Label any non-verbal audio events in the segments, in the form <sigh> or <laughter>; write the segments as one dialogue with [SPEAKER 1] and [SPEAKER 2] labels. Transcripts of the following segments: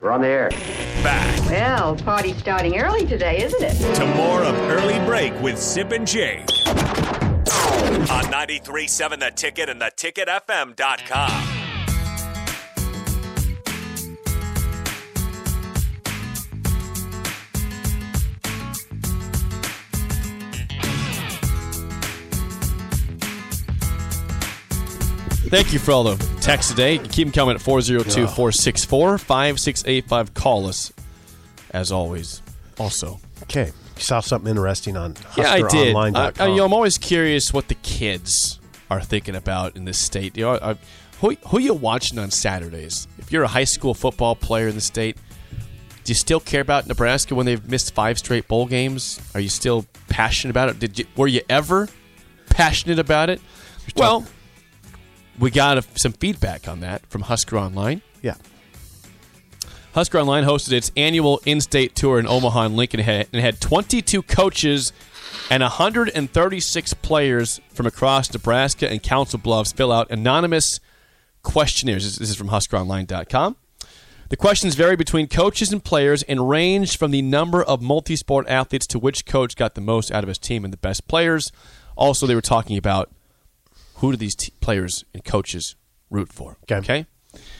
[SPEAKER 1] We're on the air.
[SPEAKER 2] Back
[SPEAKER 3] Well, party's starting early today, isn't it?
[SPEAKER 2] to more of Early Break with Sip and Jake. On 93.7 The Ticket and theticketfm.com.
[SPEAKER 4] Thank you for all the texts today. You can Keep them coming at 402 464 5685. Call us, as always. Also,
[SPEAKER 5] Okay. You saw something interesting on
[SPEAKER 4] yeah, I did. I, I,
[SPEAKER 5] hustleronline.com.
[SPEAKER 4] you know, I'm always curious what the kids are thinking about in this state. You know, I, who, who you watching on Saturdays? If you're a high school football player in the state, do you still care about Nebraska when they've missed five straight bowl games? Are you still passionate about it? Did you were you ever passionate about it? Well, we got a, some feedback on that from Husker Online.
[SPEAKER 5] yeah.
[SPEAKER 4] Husker Online hosted its annual in-state tour in Omaha and Lincoln had, and had 22 coaches and 136 players from across Nebraska and Council Bluffs fill out anonymous questionnaires. This- This is from HuskerOnline.com. The questions vary between coaches and players and range from the number of multi-sport athletes to which coach got the most out of his team and the best players. Also, they were talking about who do these t- players and coaches root for.
[SPEAKER 5] Okay.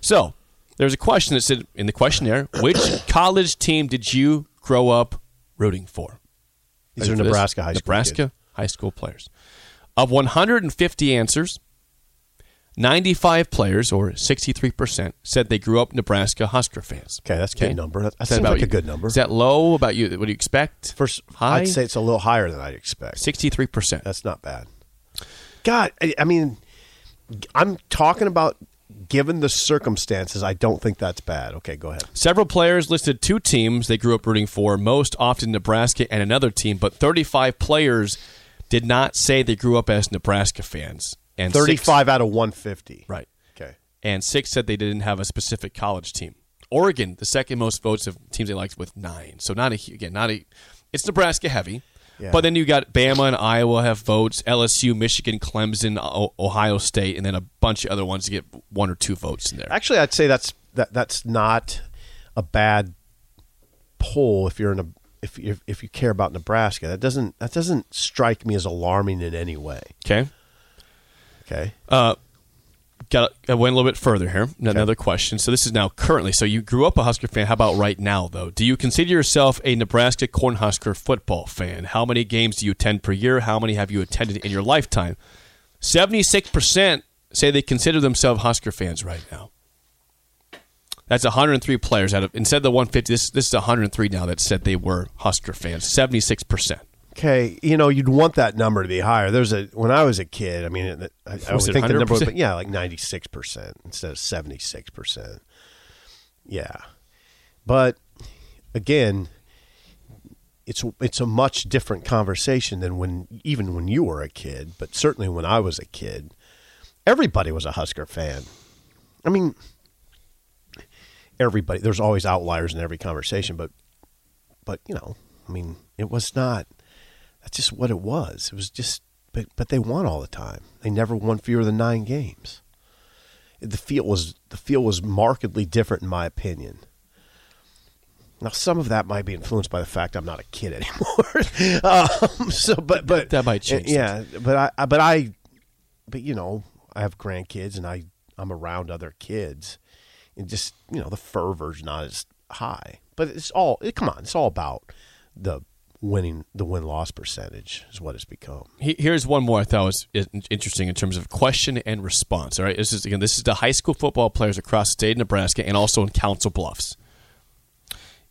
[SPEAKER 4] So there's a question that said in the questionnaire, which college team did you grow up rooting for?
[SPEAKER 5] These
[SPEAKER 4] Ready
[SPEAKER 5] are
[SPEAKER 4] for this?
[SPEAKER 5] Nebraska high school.
[SPEAKER 4] Nebraska
[SPEAKER 5] kids.
[SPEAKER 4] high school players. Of 150 answers, 95 players, or 63%, said they grew up Nebraska Husker fans.
[SPEAKER 5] Okay, that's a good number. That, that
[SPEAKER 4] Is
[SPEAKER 5] seems
[SPEAKER 4] about
[SPEAKER 5] like
[SPEAKER 4] you?
[SPEAKER 5] a good number.
[SPEAKER 4] Is that low about you? What do you expect?
[SPEAKER 5] First,
[SPEAKER 4] high?
[SPEAKER 5] I'd say it's a little higher than I'd expect.
[SPEAKER 4] 63%.
[SPEAKER 5] That's not bad. God, I, I mean, I'm talking about given the circumstances, I don't think that's bad. Okay, go ahead.
[SPEAKER 4] Several players listed two teams they grew up rooting for, most often Nebraska and another team, but 35 players did not say they grew up as Nebraska fans. And six-
[SPEAKER 5] 35 out of 150.
[SPEAKER 4] right.
[SPEAKER 5] Okay.
[SPEAKER 4] And six said they didn't have a specific college team. Oregon, the second most votes of teams they liked, with nine. So not a hu- again, not a. It's Nebraska heavy,
[SPEAKER 5] Yeah.
[SPEAKER 4] but then you got Bama and Iowa have votes. LSU, Michigan, Clemson, o- Ohio State, and then a bunch of other ones to get one or two votes in there.
[SPEAKER 5] Actually, I'd say that's that that's not a bad poll if you're in a if you if you care about Nebraska. That doesn't that doesn't strike me as alarming in any way.
[SPEAKER 4] Okay.
[SPEAKER 5] Okay.
[SPEAKER 4] got I went a little bit further here. Another question. So this is now currently. So you grew up a Husker fan. How about right now though? Do you consider yourself a Nebraska Cornhusker football fan? How many games do you attend per year? How many have you attended in your lifetime? Seventy-six percent say they consider themselves Husker fans right now. That's 103 players out of instead of the 150. This this is 103 now that said they were Husker fans. 76 percent.
[SPEAKER 5] Okay, you know you'd want that number to be higher. There's a when I was a kid. I mean, it- I, I would
[SPEAKER 4] Was it
[SPEAKER 5] think the number,
[SPEAKER 4] 100%?
[SPEAKER 5] but yeah, like ninety six percent instead of seventy six percent. Yeah, but again, it's it's a much different conversation than when even when you were a kid, but certainly when I was a kid, everybody was a Husker fan. I mean, everybody. There's always outliers in every conversation, but but you know, I mean, it was not. That's just what it was. It was just, but but they won all the time. They never won fewer than nine games. The field was the field was markedly different, in my opinion. Now, some of that might be influenced by the fact I'm not a kid <laughs> anymore. um, so, but but eh,
[SPEAKER 4] That might change
[SPEAKER 5] Yeah, but I- I but I but you know, I have grandkids and I I'm around other kids, and just you know the fervor's not as high. But it's all it, come on, it's all about the winning, the win loss percentage is what it's become.
[SPEAKER 4] He- Here's one more I thought was in- interesting in terms of question and response. All right, this is again this is the high school football players across the state of Nebraska and also in Council Bluffs.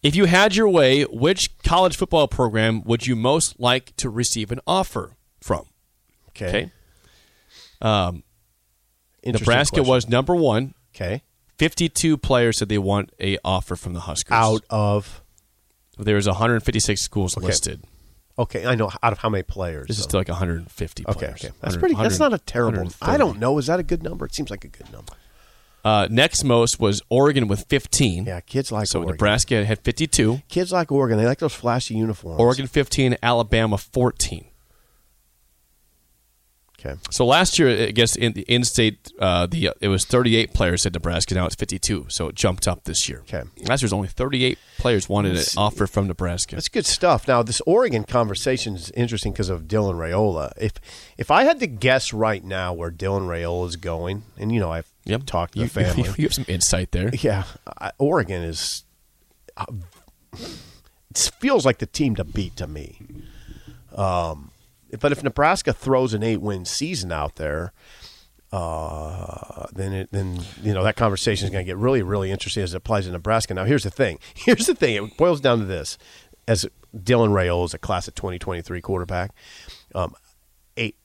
[SPEAKER 4] If you had your way, which college football program would you most like to receive an offer from?
[SPEAKER 5] Okay,
[SPEAKER 4] Okay,
[SPEAKER 5] Interesting
[SPEAKER 4] Nebraska
[SPEAKER 5] question.
[SPEAKER 4] was number one.
[SPEAKER 5] okay
[SPEAKER 4] Fifty-two players said they want a offer from the Huskers.
[SPEAKER 5] out of
[SPEAKER 4] there was 156 schools listed.
[SPEAKER 5] okay. I know out of how many players.
[SPEAKER 4] This is
[SPEAKER 5] so-
[SPEAKER 4] still like 150
[SPEAKER 5] okay.
[SPEAKER 4] players.
[SPEAKER 5] Okay, that's
[SPEAKER 4] 100
[SPEAKER 5] pretty. That's not a
[SPEAKER 4] 100
[SPEAKER 5] terrible. I
[SPEAKER 4] 130.
[SPEAKER 5] don't know. Is that a good number? It seems like a good number.
[SPEAKER 4] Uh, next most was Oregon with 15.
[SPEAKER 5] Yeah, kids like
[SPEAKER 4] So
[SPEAKER 5] Oregon.
[SPEAKER 4] Nebraska had 52,
[SPEAKER 5] Kids like Oregon. They like those flashy uniforms.
[SPEAKER 4] Oregon 15, Alabama 14.
[SPEAKER 5] Okay.
[SPEAKER 4] So last year, I guess in the in-state, uh, the it was 38 players at Nebraska. Now it's 52, so it jumped up this year.
[SPEAKER 5] Okay.
[SPEAKER 4] Last year's only 38 players wanted an offer from Nebraska.
[SPEAKER 5] That's good stuff. Now, this Oregon conversation is interesting because of Dylan Rayola. If if I had to guess right now where Dylan Rayola is going, and you know I've talked to
[SPEAKER 4] you, <laughs>
[SPEAKER 5] the family,
[SPEAKER 4] You have some insight there.
[SPEAKER 5] <laughs> yeah, I, Oregon is uh, it feels like the team to beat to me. Um, but if Nebraska throws an eight-win season out there, uh, then it, then you know that conversation is going to get really really interesting as it applies to Nebraska. Now here's the thing. <laughs> Here's the thing. It boils down to this: as Dylan Rayola is a class of 2023 quarterback, um, eight.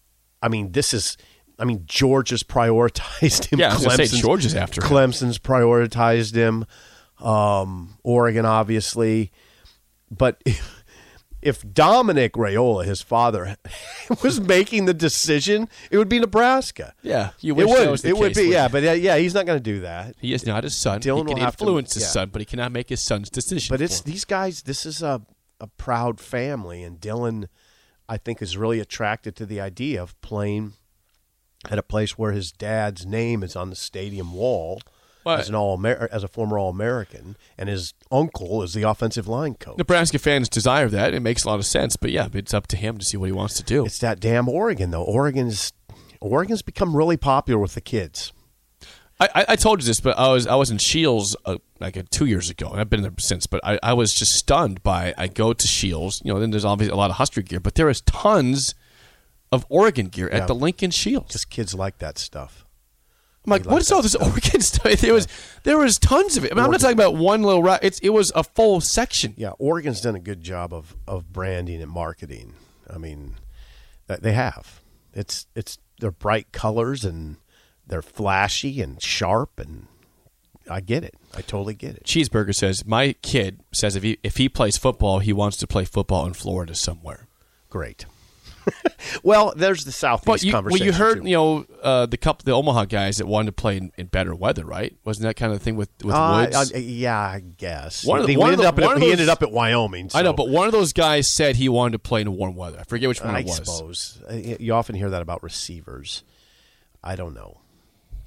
[SPEAKER 5] I mean, this is. I mean, Georgia's prioritized him.
[SPEAKER 4] Yeah, I was gonna say,
[SPEAKER 5] Clemson's-
[SPEAKER 4] Georgia's after him.
[SPEAKER 5] Clemson's prioritized him. Um, Oregon, obviously, but <laughs> if, if Dominic Rayola, his father, <laughs> was making the decision, it would be Nebraska.
[SPEAKER 4] Yeah, you
[SPEAKER 5] it
[SPEAKER 4] wish
[SPEAKER 5] would.
[SPEAKER 4] that was the
[SPEAKER 5] it would
[SPEAKER 4] case,
[SPEAKER 5] be.
[SPEAKER 4] wouldn't
[SPEAKER 5] Yeah,
[SPEAKER 4] you?
[SPEAKER 5] but yeah, yeah, he's not going to do that.
[SPEAKER 4] He is not his son.
[SPEAKER 5] Dylan
[SPEAKER 4] he
[SPEAKER 5] will
[SPEAKER 4] can
[SPEAKER 5] have to-
[SPEAKER 4] influence his
[SPEAKER 5] yeah.
[SPEAKER 4] son, but he cannot make his son's decision.
[SPEAKER 5] But it's
[SPEAKER 4] for him.
[SPEAKER 5] these guys. This is a a proud family, and Dylan, I think, is really attracted to the idea of playing at a place where his dad's name is on the stadium wall.
[SPEAKER 4] Well,
[SPEAKER 5] As an all as a former All American, and his uncle is the offensive line coach.
[SPEAKER 4] Nebraska fans desire that. It makes a lot of sense. But yeah, it's up to him to see what he wants to do.
[SPEAKER 5] It's that damn Oregon though. Oregon's Oregon's become really popular with the kids.
[SPEAKER 4] I, I, I told you this, but I was I was in Shields uh, like uh, two years ago, and I've been there since. But I, I was just stunned by I go to Shields, you know. Then there's obviously a lot of Husker gear, but there is tons of Oregon gear at
[SPEAKER 5] Yeah.
[SPEAKER 4] the Lincoln Shields.
[SPEAKER 5] Just kids like that stuff.
[SPEAKER 4] I'm like,
[SPEAKER 5] We like
[SPEAKER 4] what is all
[SPEAKER 5] that
[SPEAKER 4] this <laughs> Oregon stuff? There was there was tons of it. I mean, I'm not talking about one little. Ra- it's it was a full section.
[SPEAKER 5] Yeah, Oregon's done a good job of of branding and marketing. I mean, th- they have. It's it's they're bright colors and they're flashy and sharp and I get it. I totally get it.
[SPEAKER 4] Cheeseburger says my kid says if he if he plays football, he wants to play football in Florida somewhere.
[SPEAKER 5] Great. <laughs> well, there's the Southeast
[SPEAKER 4] But you, well,
[SPEAKER 5] conversation.
[SPEAKER 4] you heard
[SPEAKER 5] too.
[SPEAKER 4] you know uh, the couple the Omaha guys that wanted to play in, in better weather, right? Wasn't that kind of the thing with with
[SPEAKER 5] Uh,
[SPEAKER 4] Woods?
[SPEAKER 5] uh, yeah, I guess.
[SPEAKER 4] One of the-
[SPEAKER 5] He
[SPEAKER 4] one of
[SPEAKER 5] ended
[SPEAKER 4] the-
[SPEAKER 5] up at-
[SPEAKER 4] one of
[SPEAKER 5] he
[SPEAKER 4] those-
[SPEAKER 5] ended up at Wyoming.
[SPEAKER 4] I know,
[SPEAKER 5] so-
[SPEAKER 4] but one of those guys said he wanted to play in warm weather. I forget which one
[SPEAKER 5] I
[SPEAKER 4] it was.
[SPEAKER 5] suppose Uh, you often hear that about receivers. I don't know.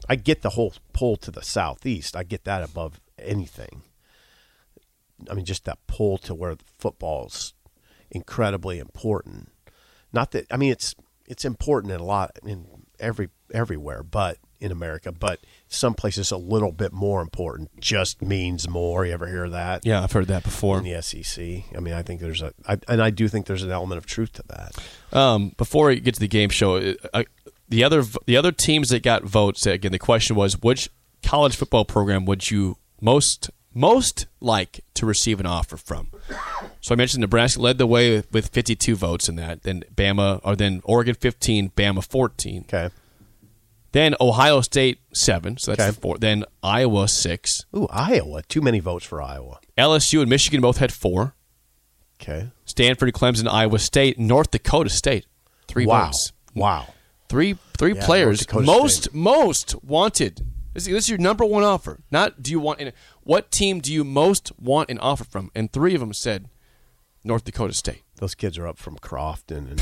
[SPEAKER 5] I get the whole pull to the southeast. I get that above anything. I mean, just that pull to where the football's incredibly important. Not that I mean it's it's important in a lot in every everywhere, but in America, but some places a little bit more important. Just means more. You ever hear that?
[SPEAKER 4] Yeah, I've heard that before.
[SPEAKER 5] In the SEC. I mean, I think there's a, I, and I do think there's an element of truth to that.
[SPEAKER 4] Um, before we get to the game show, uh, uh, the other the other teams that got votes uh, again. The question was, which college football program would you most most like to receive an offer from? <coughs> So I mentioned Nebraska led the way with, with 52 votes in that. Then Bama, or then Oregon 15, Bama 14.
[SPEAKER 5] Okay.
[SPEAKER 4] Then Ohio State seven, so that's
[SPEAKER 5] Okay.
[SPEAKER 4] four. Then Iowa six.
[SPEAKER 5] Ooh, Iowa. Too many votes for Iowa.
[SPEAKER 4] LSU and Michigan both had four.
[SPEAKER 5] Okay.
[SPEAKER 4] Stanford, Clemson, Iowa State, North Dakota State. Three
[SPEAKER 5] wow.
[SPEAKER 4] votes.
[SPEAKER 5] Wow.
[SPEAKER 4] Three three
[SPEAKER 5] Yeah,
[SPEAKER 4] players
[SPEAKER 5] North Dakota
[SPEAKER 4] most
[SPEAKER 5] State.
[SPEAKER 4] most wanted. This is, this is your number one offer. Not do you want an, what team do you most want an offer from? And three of them said North Dakota State.
[SPEAKER 5] Those kids are up from Crofton and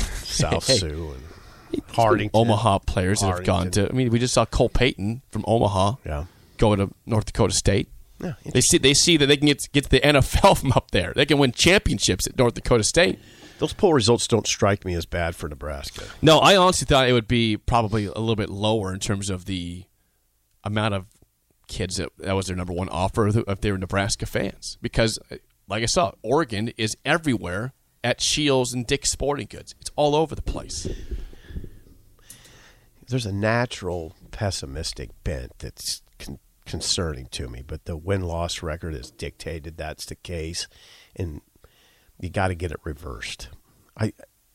[SPEAKER 4] <laughs>
[SPEAKER 5] South
[SPEAKER 4] Hey.
[SPEAKER 5] Sioux and Hardington.
[SPEAKER 4] Omaha players that have gone to. I mean, we just saw Cole Payton from Omaha
[SPEAKER 5] Yeah.
[SPEAKER 4] go to North Dakota State.
[SPEAKER 5] Yeah,
[SPEAKER 4] they see they see that they can get get to the NFL <laughs> from up there. They can win championships at North Dakota State.
[SPEAKER 5] Those poll results don't strike me as bad for Nebraska.
[SPEAKER 4] No, I honestly thought it would be probably a little bit lower in terms of the amount of kids that that was their number one offer if they were Nebraska fans. Because, uh, like I saw, Oregon is everywhere at Shields and Dick's Sporting Goods. It's all over the place.
[SPEAKER 5] There's a natural pessimistic bent that's con- concerning to me, but the win loss record has dictated that's the case, and you got to get it reversed. I,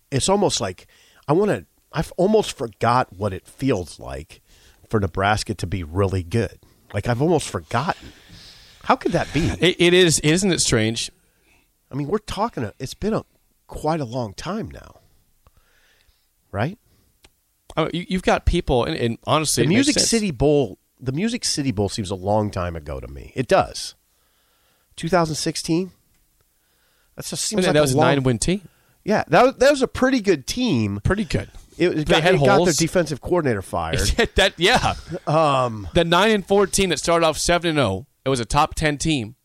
[SPEAKER 5] it's almost like I want to. I've almost forgot what it feels like for Nebraska to be really good. Like I've almost forgotten. How could that be?
[SPEAKER 4] It, it is, isn't it strange?
[SPEAKER 5] I mean, we're talking. A, it's been a quite a long time now, right?
[SPEAKER 4] I mean, you, you've got people, and, and honestly,
[SPEAKER 5] The
[SPEAKER 4] it makes
[SPEAKER 5] Music
[SPEAKER 4] sense.
[SPEAKER 5] City Bowl. The Music City Bowl seems a long time ago to me. It does. 2016. That just seems
[SPEAKER 4] Yeah,
[SPEAKER 5] like
[SPEAKER 4] that was
[SPEAKER 5] a
[SPEAKER 4] a
[SPEAKER 5] long-
[SPEAKER 4] nine win team.
[SPEAKER 5] Yeah, that was, that was a pretty good team.
[SPEAKER 4] Pretty good.
[SPEAKER 5] It, it, got,
[SPEAKER 4] had
[SPEAKER 5] it got their
[SPEAKER 4] holes.
[SPEAKER 5] defensive coordinator fired.
[SPEAKER 4] that <laughs> yeah. Um, the nine and four team that started off seven and zero. It was a top ten team,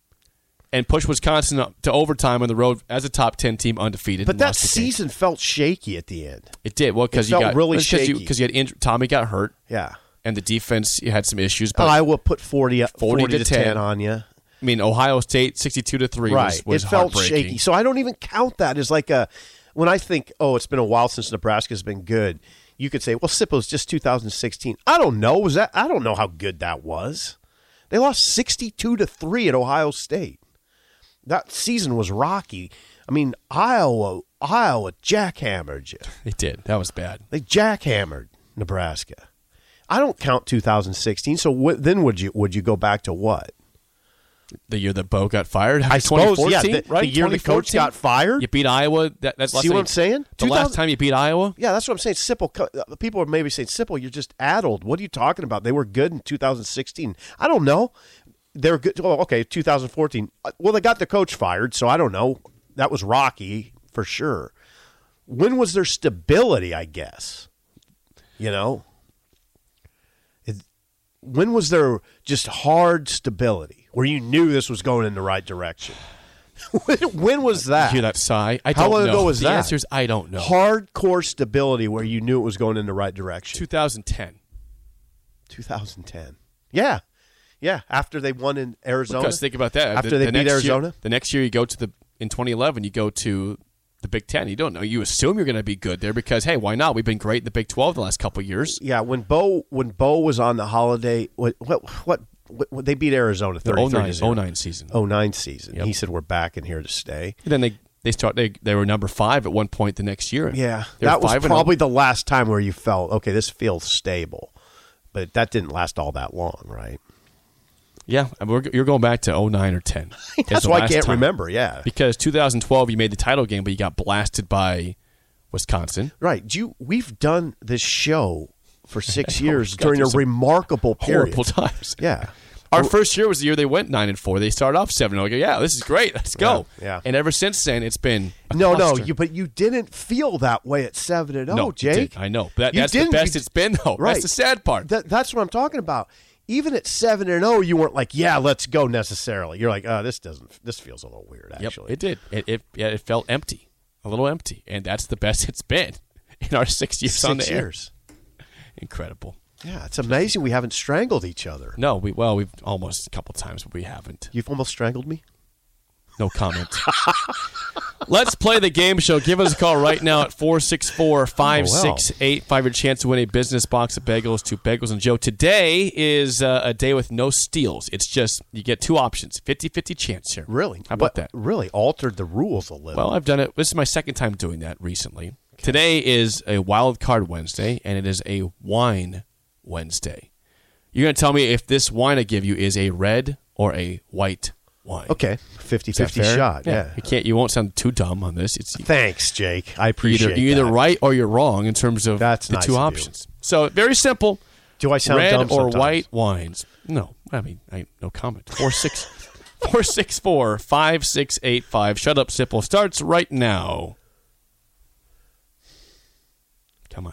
[SPEAKER 4] and pushed Wisconsin up to overtime on the road as a top ten team, undefeated.
[SPEAKER 5] but
[SPEAKER 4] and
[SPEAKER 5] that
[SPEAKER 4] lost the game.
[SPEAKER 5] season felt shaky at the end.
[SPEAKER 4] it did well because
[SPEAKER 5] it
[SPEAKER 4] you
[SPEAKER 5] felt
[SPEAKER 4] got
[SPEAKER 5] really
[SPEAKER 4] because you,
[SPEAKER 5] shaky.
[SPEAKER 4] 'cause you had inj- Tommy got hurt
[SPEAKER 5] Yeah.
[SPEAKER 4] and the defense you had some issues. But
[SPEAKER 5] Iowa put 40, up-
[SPEAKER 4] 40
[SPEAKER 5] 40,
[SPEAKER 4] to
[SPEAKER 5] to, 10.
[SPEAKER 4] 10
[SPEAKER 5] on you.
[SPEAKER 4] I mean, Ohio State sixty-two to three was, was
[SPEAKER 5] it felt
[SPEAKER 4] heartbreaking.
[SPEAKER 5] shaky. So I don't even count that as like a when I think, oh, it's been a while since Nebraska's been good. You could say, well, Sippo's just 2016. I don't know. Was that? I don't know how good that was. They lost 62 to three at Ohio State. That season was rocky. I mean, Iowa, Iowa jackhammered you.
[SPEAKER 4] It did. That was bad.
[SPEAKER 5] They jackhammered Nebraska. I don't count 2016. So what, then would you would you go back to what?
[SPEAKER 4] The year that Bo got fired.
[SPEAKER 5] I suppose, yeah,
[SPEAKER 4] 2014,
[SPEAKER 5] the- the year the coach
[SPEAKER 4] 2014?
[SPEAKER 5] got fired?
[SPEAKER 4] You beat Iowa. That, that's less
[SPEAKER 5] See
[SPEAKER 4] than
[SPEAKER 5] what
[SPEAKER 4] a-
[SPEAKER 5] I'm saying?
[SPEAKER 4] The last
[SPEAKER 5] 2000
[SPEAKER 4] time you beat Iowa,
[SPEAKER 5] Yeah, that's what I'm saying. Simple. co- uh, People are maybe saying, "Simple, you're just addled." What are you talking about? They were good in 2016. I don't know. They're good. Oh, okay, 2014. Uh, Well, they got the coach fired, so I don't know. That was rocky for sure. When was their stability? I guess. You know. It, when was there just hard stability where you knew this was going in the right direction? <laughs> when, when was that?
[SPEAKER 4] you hear that sigh? I
[SPEAKER 5] How
[SPEAKER 4] don't
[SPEAKER 5] long
[SPEAKER 4] know.
[SPEAKER 5] ago was
[SPEAKER 4] the
[SPEAKER 5] that?
[SPEAKER 4] answer is I don't know.
[SPEAKER 5] hardcore stability where you knew it was going in the right direction.
[SPEAKER 4] 2010.
[SPEAKER 5] 2010. Yeah. Yeah. After they won in Arizona.
[SPEAKER 4] Because think about that.
[SPEAKER 5] After
[SPEAKER 4] The-
[SPEAKER 5] they
[SPEAKER 4] the
[SPEAKER 5] beat
[SPEAKER 4] next year-
[SPEAKER 5] Arizona?
[SPEAKER 4] the next year you go to the in 2011 you go to the Big Ten. You don't know. You assume you're going to be good there because hey, why not? We've been great in the Big 12 the last couple of years.
[SPEAKER 5] yeah. When Bo when Bo was on the holiday, what what what, what, they beat Arizona
[SPEAKER 4] The
[SPEAKER 5] 33
[SPEAKER 4] 09,
[SPEAKER 5] to 0.
[SPEAKER 4] 09 season.
[SPEAKER 5] 09 season. He said we're back in here to stay.
[SPEAKER 4] And then they they start they they were number five at one point the next year.
[SPEAKER 5] Yeah.
[SPEAKER 4] They were
[SPEAKER 5] that was
[SPEAKER 4] five and oh.
[SPEAKER 5] probably the last time where you felt, okay, this feels stable. But that didn't last all that long, right?
[SPEAKER 4] oh- yeah. I mean, we're, you're going back to 09 or
[SPEAKER 5] <laughs>
[SPEAKER 4] 10. It's
[SPEAKER 5] That's
[SPEAKER 4] the
[SPEAKER 5] why I
[SPEAKER 4] last
[SPEAKER 5] can't
[SPEAKER 4] time.
[SPEAKER 5] remember. Yeah.
[SPEAKER 4] Because 2012 you made the title game, but you got blasted by Wisconsin.
[SPEAKER 5] Right. Do you, we've done this show for
[SPEAKER 4] <laughs>
[SPEAKER 5] six
[SPEAKER 4] know,
[SPEAKER 5] years
[SPEAKER 4] we've got
[SPEAKER 5] during a
[SPEAKER 4] through some
[SPEAKER 5] remarkable period.
[SPEAKER 4] Horrible <laughs> times.
[SPEAKER 5] Yeah.
[SPEAKER 4] Our first year was the year they went nine and four. They started off seven. and I go, yeah, this is great. Let's go.
[SPEAKER 5] Yeah, yeah.
[SPEAKER 4] And ever since then, it's been a
[SPEAKER 5] No, no,
[SPEAKER 4] cluster.
[SPEAKER 5] you but you didn't feel that way at seven and
[SPEAKER 4] No,
[SPEAKER 5] oh,
[SPEAKER 4] it
[SPEAKER 5] Jake.
[SPEAKER 4] didn't. I know, but that-
[SPEAKER 5] You
[SPEAKER 4] that's the
[SPEAKER 5] didn't.
[SPEAKER 4] best
[SPEAKER 5] You-
[SPEAKER 4] it's been, though. That's
[SPEAKER 5] Right.
[SPEAKER 4] the sad part.
[SPEAKER 5] That, that's what I'm talking about. Even at seven and oh, you weren't like, yeah, let's go necessarily. You're like, oh, this doesn't. This feels a little weird.
[SPEAKER 4] Yep,
[SPEAKER 5] Actually,
[SPEAKER 4] it did. It it, yeah, it felt empty, a little empty, and that's the best <laughs> it's been in our six years
[SPEAKER 5] six
[SPEAKER 4] on the air.
[SPEAKER 5] years.
[SPEAKER 4] Incredible.
[SPEAKER 5] Yeah, it's amazing we haven't strangled each other.
[SPEAKER 4] No, we well, we've almost a couple times, but we haven't.
[SPEAKER 5] You've almost strangled me.
[SPEAKER 4] No comment. Let's play the game show. Give us a call right now at 464 568 for your chance to win a business box of bagels to Bagels and Joe. Today is uh, a day with no steals. It's just you get two options 50 50 chance here.
[SPEAKER 5] Really?
[SPEAKER 4] How
[SPEAKER 5] What-
[SPEAKER 4] about that?
[SPEAKER 5] Really altered the rules a little.
[SPEAKER 4] Well, I've done it. This is my second time doing that recently. Today is a wild card Wednesday, and it is a wine Wednesday. You're going to tell me if this wine I give you is a red or a white wine.
[SPEAKER 5] okay, 50-50
[SPEAKER 4] Fair?
[SPEAKER 5] shot. Yeah.
[SPEAKER 4] you can't. You won't sound too dumb on this. It's
[SPEAKER 5] Thanks, Jake. I appreciate
[SPEAKER 4] either you're either
[SPEAKER 5] that.
[SPEAKER 4] right or you're wrong in terms of
[SPEAKER 5] That's
[SPEAKER 4] the
[SPEAKER 5] nice
[SPEAKER 4] two
[SPEAKER 5] of you.
[SPEAKER 4] options. So very simple.
[SPEAKER 5] Do I sound
[SPEAKER 4] red
[SPEAKER 5] dumb
[SPEAKER 4] or
[SPEAKER 5] sometimes?
[SPEAKER 4] white wines? No, I mean I, no comment. Four six <laughs> four six four five six eight five. Shut up, simple starts right now. Come on.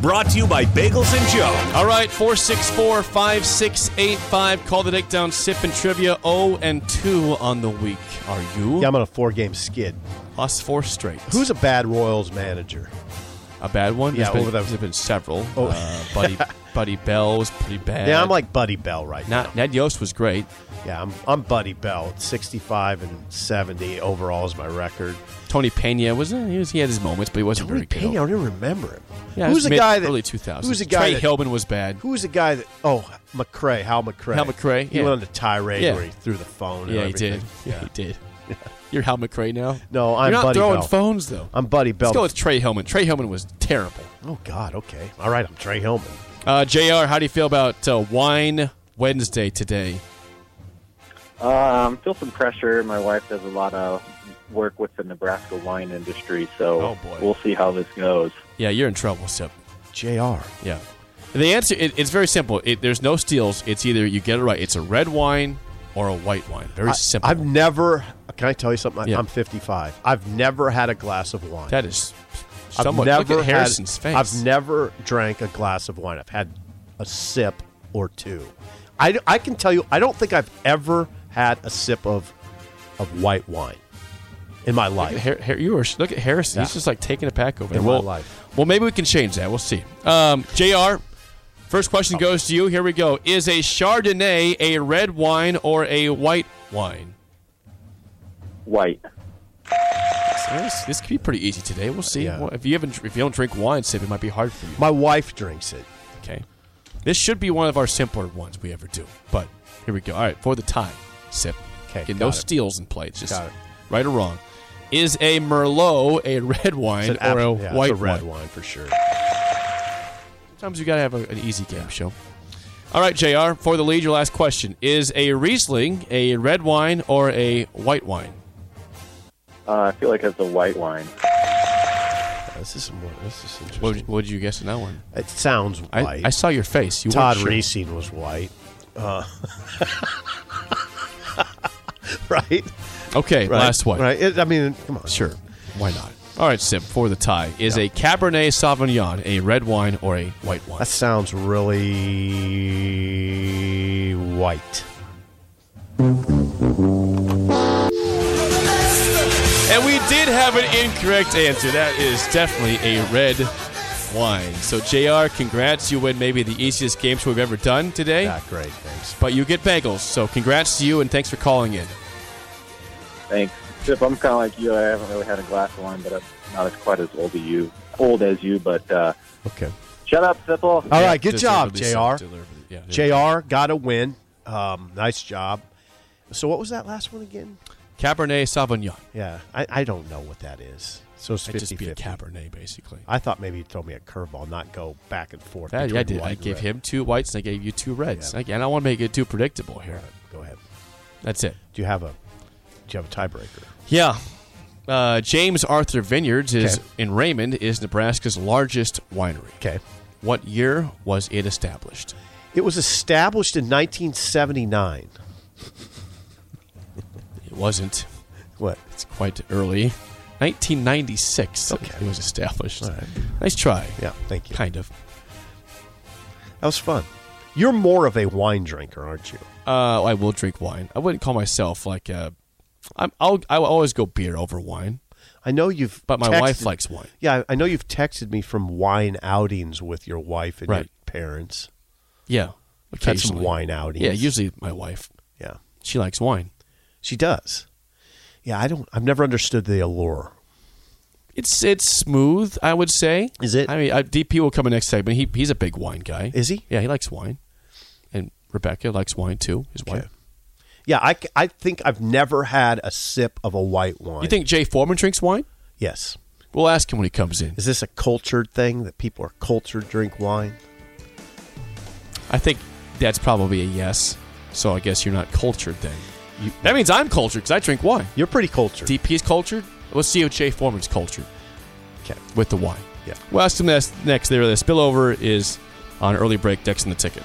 [SPEAKER 2] Brought to you by Bagels and Joe.
[SPEAKER 4] All right, 464 5685. Call the dick down, sip and trivia. 0 and 2 on the week. Are you?
[SPEAKER 5] Yeah, I'm on a four-game skid.
[SPEAKER 4] Us four straight.
[SPEAKER 5] Who's a bad Royals manager?
[SPEAKER 4] A bad one?
[SPEAKER 5] Yeah,
[SPEAKER 4] there's been,
[SPEAKER 5] over the-
[SPEAKER 4] there's been several.
[SPEAKER 5] Oh.
[SPEAKER 4] Uh,
[SPEAKER 5] <laughs>
[SPEAKER 4] Buddy Buddy Bell was pretty bad.
[SPEAKER 5] Yeah, I'm like Buddy Bell right now.
[SPEAKER 4] Not, Ned Yost was great.
[SPEAKER 5] Yeah, I'm, I'm Buddy Bell. 65 and 70 overall is my record.
[SPEAKER 4] Tony Pena was eh, he was he had his moments, but he wasn't
[SPEAKER 5] Tony
[SPEAKER 4] very good.
[SPEAKER 5] Pena, I don't even remember him.
[SPEAKER 4] Yeah, it was
[SPEAKER 5] who's the
[SPEAKER 4] mid-
[SPEAKER 5] guy that
[SPEAKER 4] early 2000s?
[SPEAKER 5] Who's the guy?
[SPEAKER 4] Trey
[SPEAKER 5] That,
[SPEAKER 4] Hillman was bad.
[SPEAKER 5] Who's the guy that? Oh, McCray, Hal McCray.
[SPEAKER 4] Hal McCray,
[SPEAKER 5] He
[SPEAKER 4] yeah.
[SPEAKER 5] went on the tirade
[SPEAKER 4] Yeah.
[SPEAKER 5] where he threw the phone.
[SPEAKER 4] yeah,
[SPEAKER 5] and
[SPEAKER 4] he did.
[SPEAKER 5] everything.
[SPEAKER 4] Yeah, he did. <laughs> You're Hal McRae now.
[SPEAKER 5] No, I'm
[SPEAKER 4] You're not
[SPEAKER 5] Buddy
[SPEAKER 4] throwing
[SPEAKER 5] Bell.
[SPEAKER 4] phones though.
[SPEAKER 5] I'm Buddy Bell.
[SPEAKER 4] Let's go with Trey Hillman. Trey Hillman was terrible.
[SPEAKER 5] oh God. Okay. All right. I'm Trey Hillman.
[SPEAKER 4] Uh, Jr., how do you feel about uh, wine Wednesday today?
[SPEAKER 1] Um, feel some pressure. My wife does a lot of work with the Nebraska wine industry, so
[SPEAKER 4] Oh, boy.
[SPEAKER 1] we'll see how this goes.
[SPEAKER 4] Yeah, you're in trouble, Sip.
[SPEAKER 5] JR.
[SPEAKER 4] Yeah. The answer it, it's very simple. It, there's no steals. It's either you get it right. It's a red wine or a white wine. Very simple.
[SPEAKER 5] I've never. Can I tell you something?
[SPEAKER 4] Yeah.
[SPEAKER 5] I'm 55. I've never had a glass of wine.
[SPEAKER 4] that is
[SPEAKER 5] I've
[SPEAKER 4] somewhat.
[SPEAKER 5] never
[SPEAKER 4] look at
[SPEAKER 5] had-
[SPEAKER 4] Harrison's face.
[SPEAKER 5] I've never drank a glass of wine. I've had a sip or two. I, I can tell you, I don't think I've ever had a sip of of white wine in my
[SPEAKER 4] Look at
[SPEAKER 5] life.
[SPEAKER 4] Har- Har- you were look at Harrison.
[SPEAKER 5] Yeah.
[SPEAKER 4] He's just like taking it back over
[SPEAKER 5] In
[SPEAKER 4] there.
[SPEAKER 5] my
[SPEAKER 4] Well,
[SPEAKER 5] life.
[SPEAKER 4] well, maybe we can change that. We'll see. Um, Jr. First question goes to you. Here we go. Is a Chardonnay a red wine or a white wine?
[SPEAKER 1] White.
[SPEAKER 4] This, this could be pretty easy today. We'll see.
[SPEAKER 5] Yeah.
[SPEAKER 4] Well, if you haven't, if you don't drink wine, sip it might be hard for you.
[SPEAKER 5] My wife drinks it.
[SPEAKER 4] Okay. This should be one of our simpler ones we ever do. But here we go. All right, for the tie, sip.
[SPEAKER 5] Okay,
[SPEAKER 4] Get
[SPEAKER 5] got
[SPEAKER 4] no
[SPEAKER 5] it.
[SPEAKER 4] steals in play. It's just
[SPEAKER 5] Got it.
[SPEAKER 4] right or wrong. Is a Merlot a red
[SPEAKER 5] It's
[SPEAKER 4] wine
[SPEAKER 5] an
[SPEAKER 4] or
[SPEAKER 5] apple-
[SPEAKER 4] a
[SPEAKER 5] yeah,
[SPEAKER 4] white
[SPEAKER 5] it's a red
[SPEAKER 4] wine?
[SPEAKER 5] wine. for
[SPEAKER 4] <sighs>
[SPEAKER 5] sure.
[SPEAKER 4] Sometimes you got to have a, an easy game show. All right, JR, for the lead, your last question. Is a Riesling a red wine or a white wine?
[SPEAKER 1] Uh, I feel like it's a white wine.
[SPEAKER 5] This is more. This is interesting.
[SPEAKER 4] What would, what did you guess in that one?
[SPEAKER 5] it sounds
[SPEAKER 4] I,
[SPEAKER 5] white.
[SPEAKER 4] I saw your face. You
[SPEAKER 5] Todd
[SPEAKER 4] weren't sure.
[SPEAKER 5] Racine was white. Uh, <laughs> right?
[SPEAKER 4] Okay,
[SPEAKER 5] Right.
[SPEAKER 4] last one.
[SPEAKER 5] Right. It- I mean, come on.
[SPEAKER 4] Sure. Why not? All right, Sip, for the tie, is a Cabernet Sauvignon a red wine or a white wine?
[SPEAKER 5] That sounds really white.
[SPEAKER 4] And we did have an incorrect answer. That is definitely a red wine. So, JR, congrats. You win maybe the easiest game show we've ever done today.
[SPEAKER 5] Not great. Thanks.
[SPEAKER 4] But you get bagels. So, congrats to you and thanks for calling in.
[SPEAKER 1] Thanks. Chip, I'm kind of like you. I haven't really had a glass of wine, but I'm not as quite as old as you. Old as you, but uh,
[SPEAKER 5] Okay.
[SPEAKER 1] shut up, Sipple.
[SPEAKER 5] All right. Good job,
[SPEAKER 4] Deservedly
[SPEAKER 5] Jr.
[SPEAKER 4] so. Deservedly- yeah, yeah.
[SPEAKER 5] Jr. Got a win. Um, nice job. So what was that last one again?
[SPEAKER 4] Cabernet Sauvignon.
[SPEAKER 5] Yeah, I, I don't know what that is. So it's
[SPEAKER 4] It'd just be a
[SPEAKER 5] 50-50.
[SPEAKER 4] Cabernet, basically.
[SPEAKER 5] I thought maybe you'd throw me a curveball, not go back and forth.
[SPEAKER 4] That, yeah,
[SPEAKER 5] Uh, between
[SPEAKER 4] I did.
[SPEAKER 5] white
[SPEAKER 4] I
[SPEAKER 5] and
[SPEAKER 4] gave
[SPEAKER 5] red.
[SPEAKER 4] him two whites and I gave you two reds.
[SPEAKER 5] Yeah.
[SPEAKER 4] Again, I don't want to make it too predictable here.
[SPEAKER 5] Go ahead.
[SPEAKER 4] That's it.
[SPEAKER 5] Do you have a Do you have a tiebreaker?
[SPEAKER 4] Yeah. Uh, James Arthur Vineyards is
[SPEAKER 5] Okay.
[SPEAKER 4] in Raymond is Nebraska's largest winery.
[SPEAKER 5] Okay.
[SPEAKER 4] What year was it established?
[SPEAKER 5] It was established in 1979.
[SPEAKER 4] It wasn't.
[SPEAKER 5] What?
[SPEAKER 4] It's quite early. 1996
[SPEAKER 5] Okay.
[SPEAKER 4] it was established.
[SPEAKER 5] All right.
[SPEAKER 4] Nice try.
[SPEAKER 5] Yeah, thank you.
[SPEAKER 4] Kind of.
[SPEAKER 5] That was fun. You're more of a wine drinker, aren't you?
[SPEAKER 4] Uh, I will drink wine. I wouldn't call myself like a. I'm, I'll, I will always go beer over wine,
[SPEAKER 5] I know you've.
[SPEAKER 4] but my
[SPEAKER 5] texted-
[SPEAKER 4] wife likes wine.
[SPEAKER 5] Yeah, I know you've texted me from wine outings with your wife and your
[SPEAKER 4] Right.
[SPEAKER 5] parents.
[SPEAKER 4] Yeah.
[SPEAKER 5] Had some
[SPEAKER 4] occasionally.
[SPEAKER 5] wine outings.
[SPEAKER 4] Yeah, usually my wife.
[SPEAKER 5] Yeah,
[SPEAKER 4] She likes wine.
[SPEAKER 5] she does. Yeah, I don't. I've never understood the allure.
[SPEAKER 4] It's it's smooth, I would say.
[SPEAKER 5] Is it?
[SPEAKER 4] I mean, I, DP will come in next segment. He he's a big wine guy.
[SPEAKER 5] Is he?
[SPEAKER 4] Yeah, he likes wine, and Rebecca likes wine too. His wife.
[SPEAKER 5] Yeah, I, c- I think I've never had a sip of a white wine.
[SPEAKER 4] You think Jay Foreman drinks wine?
[SPEAKER 5] Yes.
[SPEAKER 4] We'll ask him when he comes in.
[SPEAKER 5] Is this a cultured thing that people are cultured drink wine?
[SPEAKER 4] I think that's probably a yes. So I guess you're not cultured then. that means I'm cultured because I drink wine.
[SPEAKER 5] You're pretty cultured.
[SPEAKER 4] DP's cultured. Let's see if Jay Foreman's cultured
[SPEAKER 5] Okay.
[SPEAKER 4] with the wine.
[SPEAKER 5] Yeah.
[SPEAKER 4] We'll ask him this next. There, the spillover is on early break. Dex and the ticket.